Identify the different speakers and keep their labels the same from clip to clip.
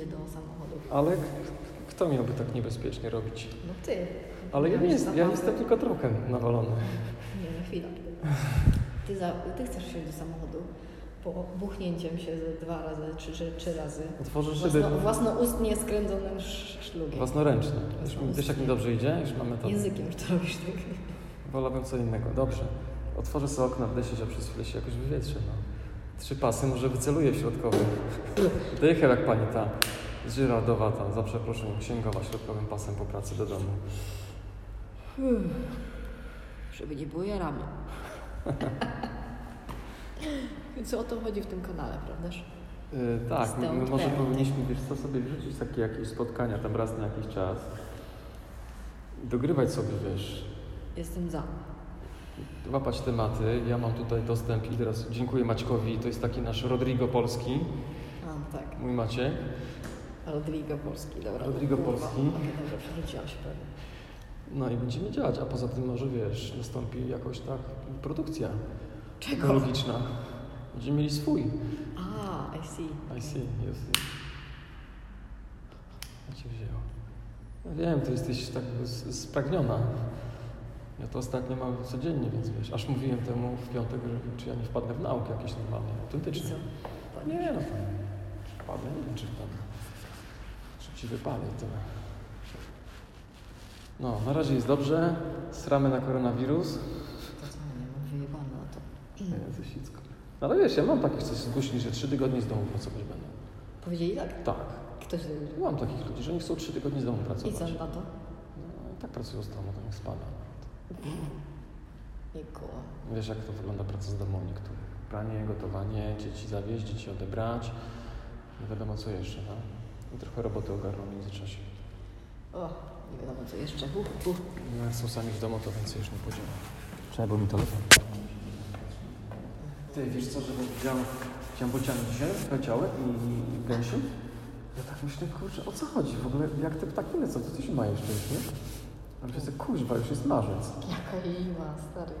Speaker 1: do samochodów.
Speaker 2: Ale k- kto miałby tak niebezpiecznie robić?
Speaker 1: No ty.
Speaker 2: Ale ja, nie
Speaker 1: Miałeś
Speaker 2: jest, ja
Speaker 1: zapasy.
Speaker 2: jestem tylko trochę nawalony.
Speaker 1: Nie, no chwila. Ty, za, ty chcesz wsiąść do samochodu po buchnięciem się ze dwa razy czy, czy trzy razy.
Speaker 2: Otworzę szyby
Speaker 1: Własno, własnoustnie skręconym sz- szlugiem.
Speaker 2: własnoręcznie. Wiesz,
Speaker 1: Własno-
Speaker 2: wiesz jak mi dobrze idzie? Już mamy to.
Speaker 1: Językiem już to robisz tak.
Speaker 2: Wolałbym co innego. Dobrze. Otworzę sobie okna, wdę się, że przez chwilę się jakoś wywietrze. No. Trzy pasy może wyceluję w środkowy. Dojechał jak pani ta Żyrardowa, ta za przeproszeniem księgowa środkowym pasem po pracy do domu.
Speaker 1: Żeby nie było jaramy. Więc o to chodzi w tym kanale, prawdaż?
Speaker 2: Yy, tak, my, my
Speaker 1: Stąd
Speaker 2: może
Speaker 1: pewnie.
Speaker 2: powinniśmy, wiesz co, sobie wrzucić takie jakieś spotkania tam raz na jakiś czas. Dogrywać sobie, wiesz,
Speaker 1: Jestem za.
Speaker 2: łapać tematy. Ja mam tutaj dostęp i teraz dziękuję Maćkowi, to jest taki nasz Rodrigo Polski,
Speaker 1: A, no tak.
Speaker 2: mój Maciek.
Speaker 1: Rodrigo Polski, dobra.
Speaker 2: Rodrigo
Speaker 1: Kurwa,
Speaker 2: Polski.
Speaker 1: okej, Dobrze, przerzuciłam się pewnie.
Speaker 2: No i będziemy działać, a poza tym może, wiesz, nastąpi jakoś tak produkcja No,
Speaker 1: Czego?
Speaker 2: ekologiczna. Będziemy mieli swój.
Speaker 1: A, I see.
Speaker 2: I see, you see. Ja cię wzięło. No wiem, ty jesteś tak z- spragniona. Ja to ostatnio mam codziennie, więc wiesz, aż mówiłem temu w piątek, że czy ja nie wpadnę w naukę jakieś normalne,
Speaker 1: I
Speaker 2: autentyczne.
Speaker 1: co?
Speaker 2: Nie no, wpadnę, nie wiem czy wpadnę. Czy ci wypali to. No, na razie jest dobrze, sramy na koronawirus.
Speaker 1: To co, nie mam wyjebane na to.
Speaker 2: Nie, to sicko. No ale wiesz, ja mam takich, co zgłosili, że trzy tygodnie z domu pracować będą.
Speaker 1: Powiedzieli tak?
Speaker 2: Tak.
Speaker 1: Ktoś to mówi.
Speaker 2: Mam takich ludzi, że oni chcą trzy tygodnie z domu
Speaker 1: I
Speaker 2: pracować.
Speaker 1: co na to?
Speaker 2: No, tak pracują z domu, to niech spada.
Speaker 1: Nie koło.
Speaker 2: Wiesz, jak to wygląda praca z domu u niektórych. Pranie, gotowanie, dzieci zawieźć, dzieci odebrać. Nie wiadomo co jeszcze, no. I trochę roboty ogarną w międzyczasie.
Speaker 1: O, nie wiadomo co jeszcze. Uh, uh.
Speaker 2: No, jak są sami w domu, to więcej już nie podzielę. Trzeba było mi telefon. Ty, wiesz co, że widziałem ciambociany dzisiaj, leciałek i, i gęsi? Ja tak myślę, kurczę, o co chodzi w ogóle? Jak te ptaki lecą? To coś ma jeszcze, już, nie? Ale wiesz, kuźwa, już jest marzec.
Speaker 1: Jaka zima, stary.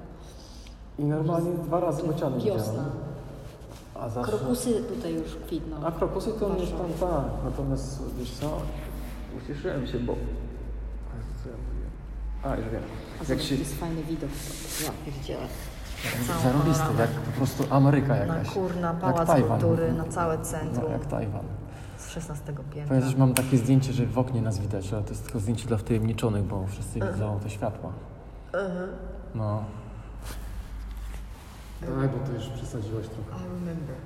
Speaker 2: I normalnie dwa razy bociany
Speaker 1: Wiosna.
Speaker 2: widziałem. A zawsze...
Speaker 1: Krokusy tutaj już kwitną.
Speaker 2: A krokusy to już tam
Speaker 1: Warzywki.
Speaker 2: tak, natomiast wiesz co? Ucieszyłem się, bo... A, co ja mówiłem? A, już wiem.
Speaker 1: A
Speaker 2: Jak
Speaker 1: zobacz,
Speaker 2: się...
Speaker 1: jaki jest fajny widok. Ja pierdzielę. Całą
Speaker 2: Zarobisty,
Speaker 1: panoramę.
Speaker 2: jak po prostu Ameryka
Speaker 1: Na
Speaker 2: jakaś.
Speaker 1: kurna,
Speaker 2: jak
Speaker 1: pałac
Speaker 2: Tajwan.
Speaker 1: kultury, na całe
Speaker 2: No,
Speaker 1: centrum.
Speaker 2: jak Tajwan.
Speaker 1: Z 16 piętra.
Speaker 2: Powiem, że mam takie zdjęcie, że w oknie nas widać, ale to jest tylko zdjęcie dla wtajemniczonych, bo wszyscy widzą te światła. No. Tak, bo to już przesadziłaś trochę.
Speaker 1: I remember.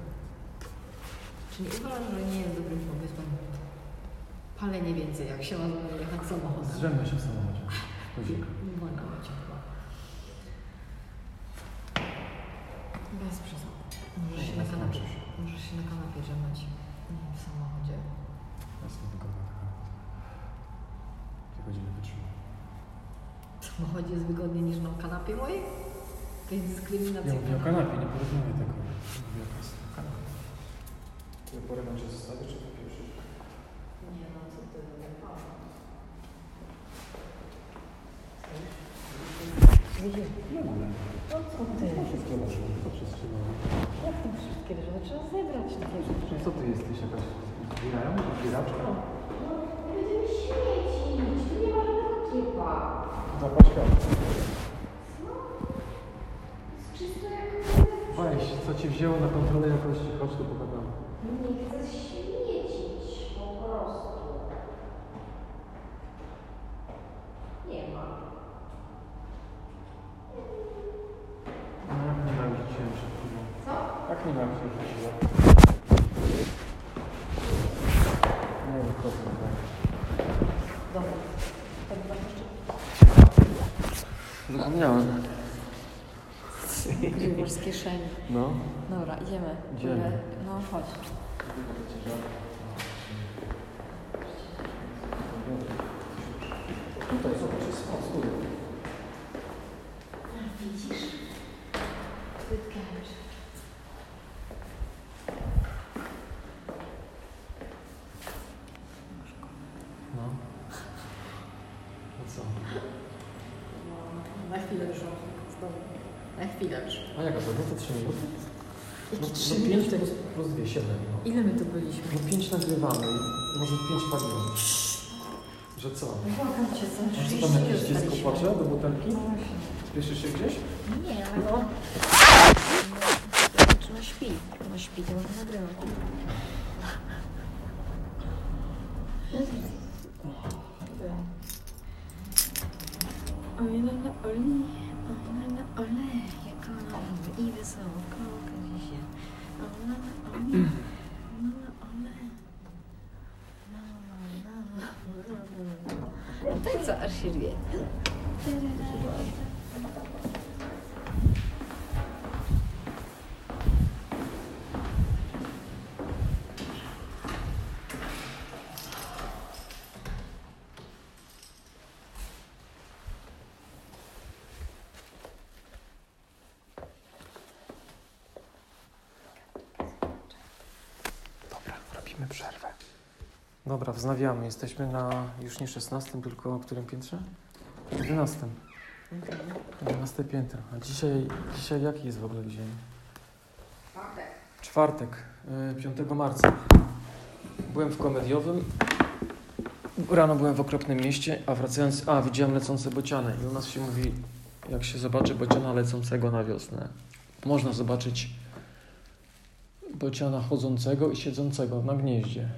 Speaker 1: Czy nie uważasz, że nie jest dobrym pomysłem palenie więcej, jak się ma jechać samochodem?
Speaker 2: Zrzemy się w samochodzie. Guzik.
Speaker 1: Nie wolno mieć chyba. Bez przesady. Możesz się na kanapie, możesz się na kanapie drzemać nie, w samochodzie.
Speaker 2: Jest niewygodna taka. Dwie godziny wytrzymam.
Speaker 1: W samochodzie jest wygodniej niż na kanapie mojej? To jest dyskryminacja.
Speaker 2: Ja mówię o kanapie, nie porównuję tego. Mówię o kas- kanapie. Ja porywam cię zostawię, czy popieprzysz?
Speaker 1: Nie no, co ty, nie Widzisz,
Speaker 2: Nie mogę.
Speaker 1: no co ty?
Speaker 2: Wszystkie muszę, to wszystkie
Speaker 1: Jak to wszystkie rzeczy trzeba zebrać takie rzeczy?
Speaker 2: Co ty jesteś jakaś zbierają? Zbieraczka?
Speaker 3: Będziemy śmiecić, tu nie ma żadnego typa.
Speaker 2: Zapłać kartę.
Speaker 3: Jest czysto jak
Speaker 2: Weź, co cię wzięło na kontrolę jakości? Chodź tu pogadamy. No
Speaker 3: nie chcę śmiecić po prostu. Nie ma.
Speaker 2: No jak nie narzuciłem się kurwa.
Speaker 3: Co?
Speaker 2: Jak nie narzuciłem się kurwa. Nie, wychodzę.
Speaker 1: Dobra. Tak, masz jeszcze?
Speaker 2: Zapomniałem.
Speaker 1: Wyjmujesz z kieszeni.
Speaker 2: No.
Speaker 1: Dobra, idziemy.
Speaker 2: Idziemy.
Speaker 1: No chodź.
Speaker 2: Tutaj zobacz, jest spod
Speaker 3: Widzisz? Wytkacz.
Speaker 2: No. No co?
Speaker 1: Na chwilę już. Znowu. Na chwilę już.
Speaker 2: A jaka to? No to 3 minuty?
Speaker 1: Jakie
Speaker 2: No,
Speaker 1: trzy
Speaker 2: no pięć
Speaker 1: minuty?
Speaker 2: plus, plus 2, 7. No.
Speaker 1: Ile my tu byliśmy?
Speaker 2: no 5 nagrywamy może pięć paliwa. Że co?
Speaker 1: Błagam cię, są
Speaker 2: Masz
Speaker 1: rzeczywiście
Speaker 2: tam jakieś dziecko
Speaker 1: dostaliśmy.
Speaker 2: płacze do butelki?
Speaker 1: No właśnie.
Speaker 2: Spieszysz się gdzieś?
Speaker 4: Nie, ale on... Czy ona śpi? Ona śpi, to ona nagrywa. Oj, la, la, oli, oj, la, la, ole, jak ona mówi i wesoło kołka się. Oj, la, la, oli, la, la, ole. La, la, la, la, la, la. Tak co, aż się wie.
Speaker 2: Dobra, robimy przerwę. Dobra, wznawiamy. Jesteśmy na już nie 16, tylko którym piętrze? 11.
Speaker 1: Okej.
Speaker 2: 11 piętro. A dzisiaj, dzisiaj jaki jest w ogóle dzień? Czwartek. Czwartek, y, 5 marca. Byłem w komediowym. Rano byłem w okropnym mieście, a wracając. A, widziałem lecące bociany. I u nas się mówi, jak się zobaczy bociana lecącego na wiosnę. Można zobaczyć bociana chodzącego i siedzącego na gnieździe.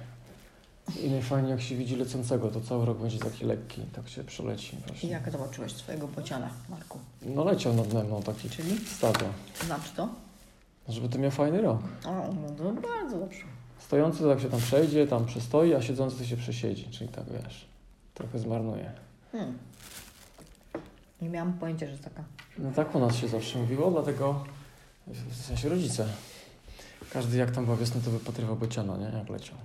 Speaker 2: I najfajniej, jak się widzi lecącego, to cały rok będzie taki lekki, tak się przeleci.
Speaker 5: I
Speaker 2: Właśnie.
Speaker 5: jak zobaczyłeś swojego bociana, Marku?
Speaker 2: No leciał nad mną taki
Speaker 5: Czyli?
Speaker 2: stawia.
Speaker 5: Znaczy to?
Speaker 2: Żeby to miał fajny rok.
Speaker 5: O, no to bardzo dobrze.
Speaker 2: Stojący to tak się tam przejdzie, tam przystoi, a siedzący to się przesiedzi, czyli tak wiesz, trochę zmarnuje.
Speaker 5: Hmm. Nie miałam pojęcia, że jest taka.
Speaker 2: No tak u nas się zawsze mówiło, dlatego w w sensie rodzice. Każdy jak tam była wiosna, to wypatrywał bociana, nie? Jak leciał.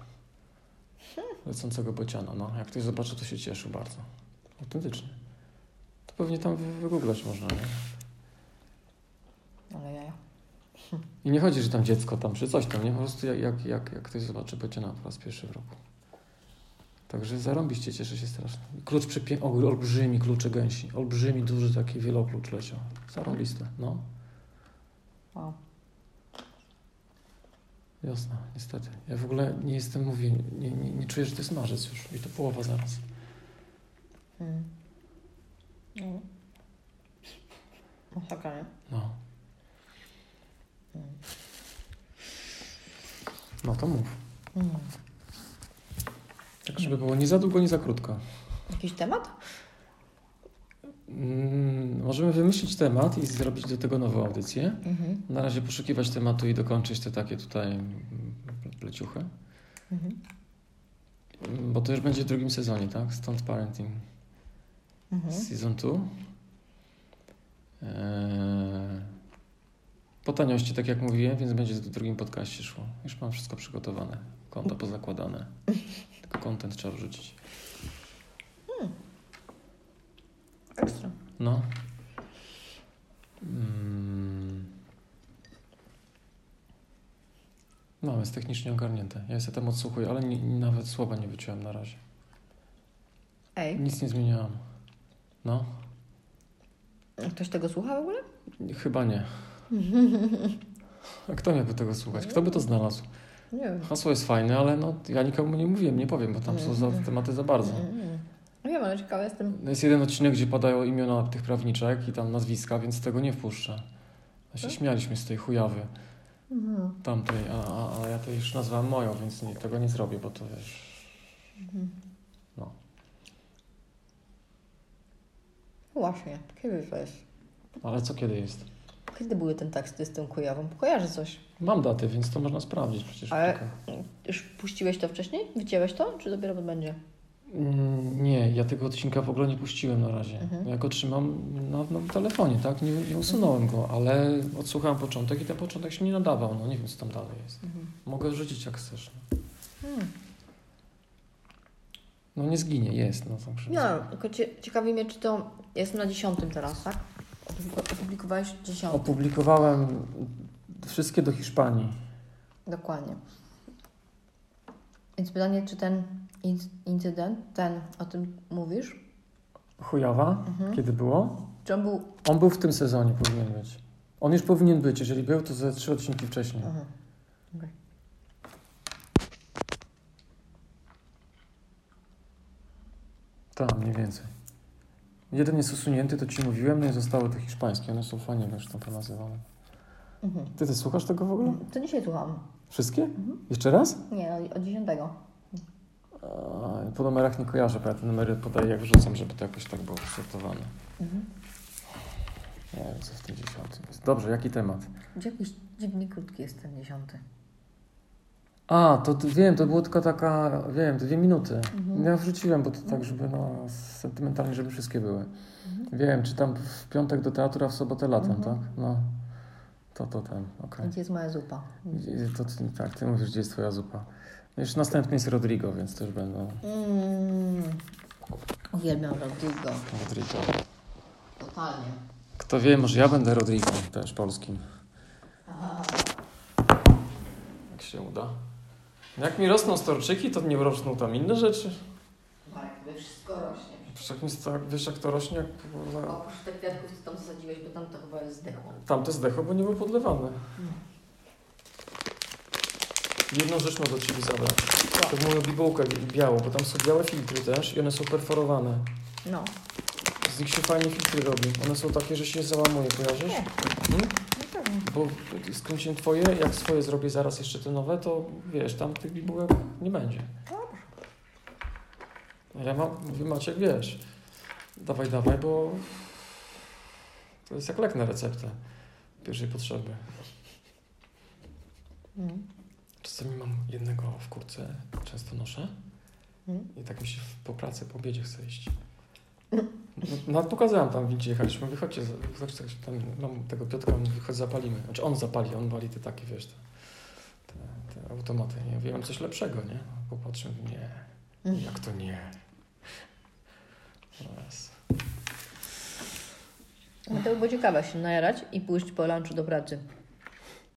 Speaker 2: Lecącego bociana, no. Jak ktoś zobaczy, to się cieszył bardzo. Autentycznie. To pewnie tam wy- wygooglać można, nie?
Speaker 5: Ale jaja.
Speaker 2: I nie chodzi, że tam dziecko tam czy coś tam, nie? Po prostu jak, jak, jak, jak ktoś zobaczy bociana po raz pierwszy w roku. Także zarąbiście, cieszę się strasznie. Klucz przypię... o, olbrzymi klucze gęsi. Olbrzymi, duży taki wieloklucz leciał. Zarąbiste, no.
Speaker 5: Wow.
Speaker 2: Jasne, niestety. Ja w ogóle nie jestem, mówię, nie, nie, nie czuję, że to jest marzec już. I to połowa zaraz.
Speaker 5: Hmm. No. Masakra, nie?
Speaker 2: No.
Speaker 5: Mm.
Speaker 2: No to mów.
Speaker 5: Hmm.
Speaker 2: Tak, żeby było nie za długo, nie za krótko.
Speaker 5: Jakiś temat?
Speaker 2: Mm, możemy wymyślić temat i zrobić do tego nową audycję.
Speaker 5: Mhm.
Speaker 2: Na razie poszukiwać tematu i dokończyć te takie tutaj mm, pleciuchy.
Speaker 5: Mhm.
Speaker 2: Mm, Bo to już będzie w drugim sezonie, tak? Stąd Parenting
Speaker 5: Mhm.
Speaker 2: Season 2. Eee, po taniości, tak jak mówiłem, więc będzie w drugim podcaście szło. Już mam wszystko przygotowane. Konto pozakładane. Tylko content trzeba wrzucić.
Speaker 5: Ekstra.
Speaker 2: No. Mm. No, jest technicznie ogarnięte. Ja się tam odsłuchuję, ale ni, ni- nawet słowa nie wyciąłem na razie.
Speaker 5: Ej,
Speaker 2: Nic nie zmieniałam. No,
Speaker 5: ktoś tego słucha w ogóle?
Speaker 2: chyba nie. A kto miałby tego słuchać? Kto by to znalazł?
Speaker 5: Nie wiem.
Speaker 2: Hasło jest fajne, ale no, ja nikomu nie mówiłem, nie powiem, bo tam są za tematy za bardzo.
Speaker 5: Mm. Nie wiem, ale ciekawa jestem.
Speaker 2: Jest jeden odcinek, gdzie padają imiona tych prawniczek i tam nazwiska, więc tego nie wpuszczę. A się śmialiśmy z tej chujawy.
Speaker 5: Mhm.
Speaker 2: tamtej, a, a, a ja to już nazwałem moją, więc nie, tego nie zrobię, bo to wiesz.
Speaker 5: Właśnie, kiedy to jest?
Speaker 2: Ale co kiedy jest?
Speaker 5: Kiedy były ten teksty z tym kujawą? Kojarzę coś.
Speaker 2: Mam daty, więc to można sprawdzić przecież.
Speaker 5: Ale-
Speaker 2: tylko.
Speaker 5: Już puściłeś to wcześniej? Wycięłeś to? Czy dopiero to będzie?
Speaker 2: Mm, Nie, ja tego odcinka w ogóle nie puściłem na razie. No,
Speaker 5: Mhm.
Speaker 2: Ja go trzymam na, na telefonie, tak? Nie, nie usunąłem go, ale odsłuchałem początek i ten początek się nie nadawał. No nie wiem, co tam dalej jest.
Speaker 5: Mhm.
Speaker 2: Mogę rzucić jak chcesz.
Speaker 5: Hmm.
Speaker 2: No nie zginie, jest. No, także
Speaker 5: No, tylko cie, ciekawi mnie, czy to... Jestem na dziesiątym teraz, tak? Opubliku- Opublikowałeś dziesiąty.
Speaker 2: Opublikowałem wszystkie do Hiszpanii.
Speaker 5: Dokładnie. Więc pytanie, czy ten in- incydent, ten, o tym mówisz?
Speaker 2: Chujawa,
Speaker 5: Mhm.
Speaker 2: kiedy było?
Speaker 5: Czy on był...
Speaker 2: On był w tym sezonie, powinien być. On już powinien być, jeżeli był, to ze trzy odcinki wcześniej.
Speaker 5: Aha. Okej.
Speaker 2: Tak, mniej więcej. Jeden jest usunięty, to ci mówiłem, no i zostały te hiszpańskie, one są fajnie zresztą to nazywane.
Speaker 5: Mhm.
Speaker 2: Ty, ty słuchasz tego w ogóle?
Speaker 5: To dzisiaj słucham.
Speaker 2: Wszystkie? Jeszcze raz?
Speaker 5: Nie, o- od 10.
Speaker 2: A, Po numerach nie kojarzę, bo ja te numery podaję jak wrzucam, żeby to jakoś tak było sortowane.
Speaker 5: Mhm.
Speaker 2: Nie wiem, co w tym dziesiątym jest. Dobrze, jaki temat?
Speaker 5: Gdzie jakiś dziwnie krótki jest ten 10.
Speaker 2: A, to t- wiem, to było tylko taka, wiem, dwie minuty.
Speaker 5: Mhm.
Speaker 2: Ja wrzuciłem, bo to tak, żeby no, sentymentalnie, żeby wszystkie były. Wiem, czy tam w piątek do teatru, a w sobotę latem,
Speaker 5: Mhm.
Speaker 2: tak? No, to, to ten, okej.
Speaker 5: Gdzie jest moja zupa?
Speaker 2: I- To ty, tak, ty mówisz, gdzie jest twoja zupa. Już następny jest Rodrigo, więc też będą
Speaker 5: Mm. Uwielbiam Rodrigo.
Speaker 2: Rodrigo.
Speaker 5: Totalnie.
Speaker 2: Kto wie, może ja będę Rodrigo też polskim. Jak się uda. Jak mi rosną storczyki, to nie rosną tam inne rzeczy.
Speaker 5: Tak, we wszystko rośnie.
Speaker 2: Przecież jak mi sta- wiesz, jak to rośnie, jak... kurwa,
Speaker 5: Oprócz tych kwiatków, co tam zasadziłeś, bo tam to chyba jest zdechło.
Speaker 2: Tamte zdechło, bo nie było podlewane. Jedną rzecz mam do Ciebie zabrać.
Speaker 5: Tak.
Speaker 2: To w moją bibułkę białą, bo tam są białe filtry też i one są perforowane.
Speaker 5: No.
Speaker 2: Z nich się fajnie filtry robi. One są takie, że się załamuje, kojarzysz?
Speaker 5: Nie.
Speaker 2: Hmm? Bo skręciłem Twoje, jak swoje zrobię zaraz jeszcze te nowe, to wiesz, tam tych bibułek nie będzie. A Ja mam, mówię Maciek, wiesz, dawaj, dawaj, bo to jest jak lek na receptę pierwszej potrzeby.
Speaker 5: Mm.
Speaker 2: Czasami mam jednego w kurce, często noszę.
Speaker 5: Mhm.
Speaker 2: I tak mi się w- po pracy, po obiedzie chce iść. No, no pokazałem tam, gdzie jechaliśmy, mówię, chodźcie, za- chodźcie, chodźcie, tam mam tego Piotrka, on mówi, chodź zapalimy. Znaczy on zapali, on wali te takie, wiesz, te, te, te automaty. Ja mówię, mam coś lepszego, nie? Popatrzę, mówię, nie, jak to nie? Raz.
Speaker 5: No to by było ciekawe się najarać i pójść po lunchu do pracy.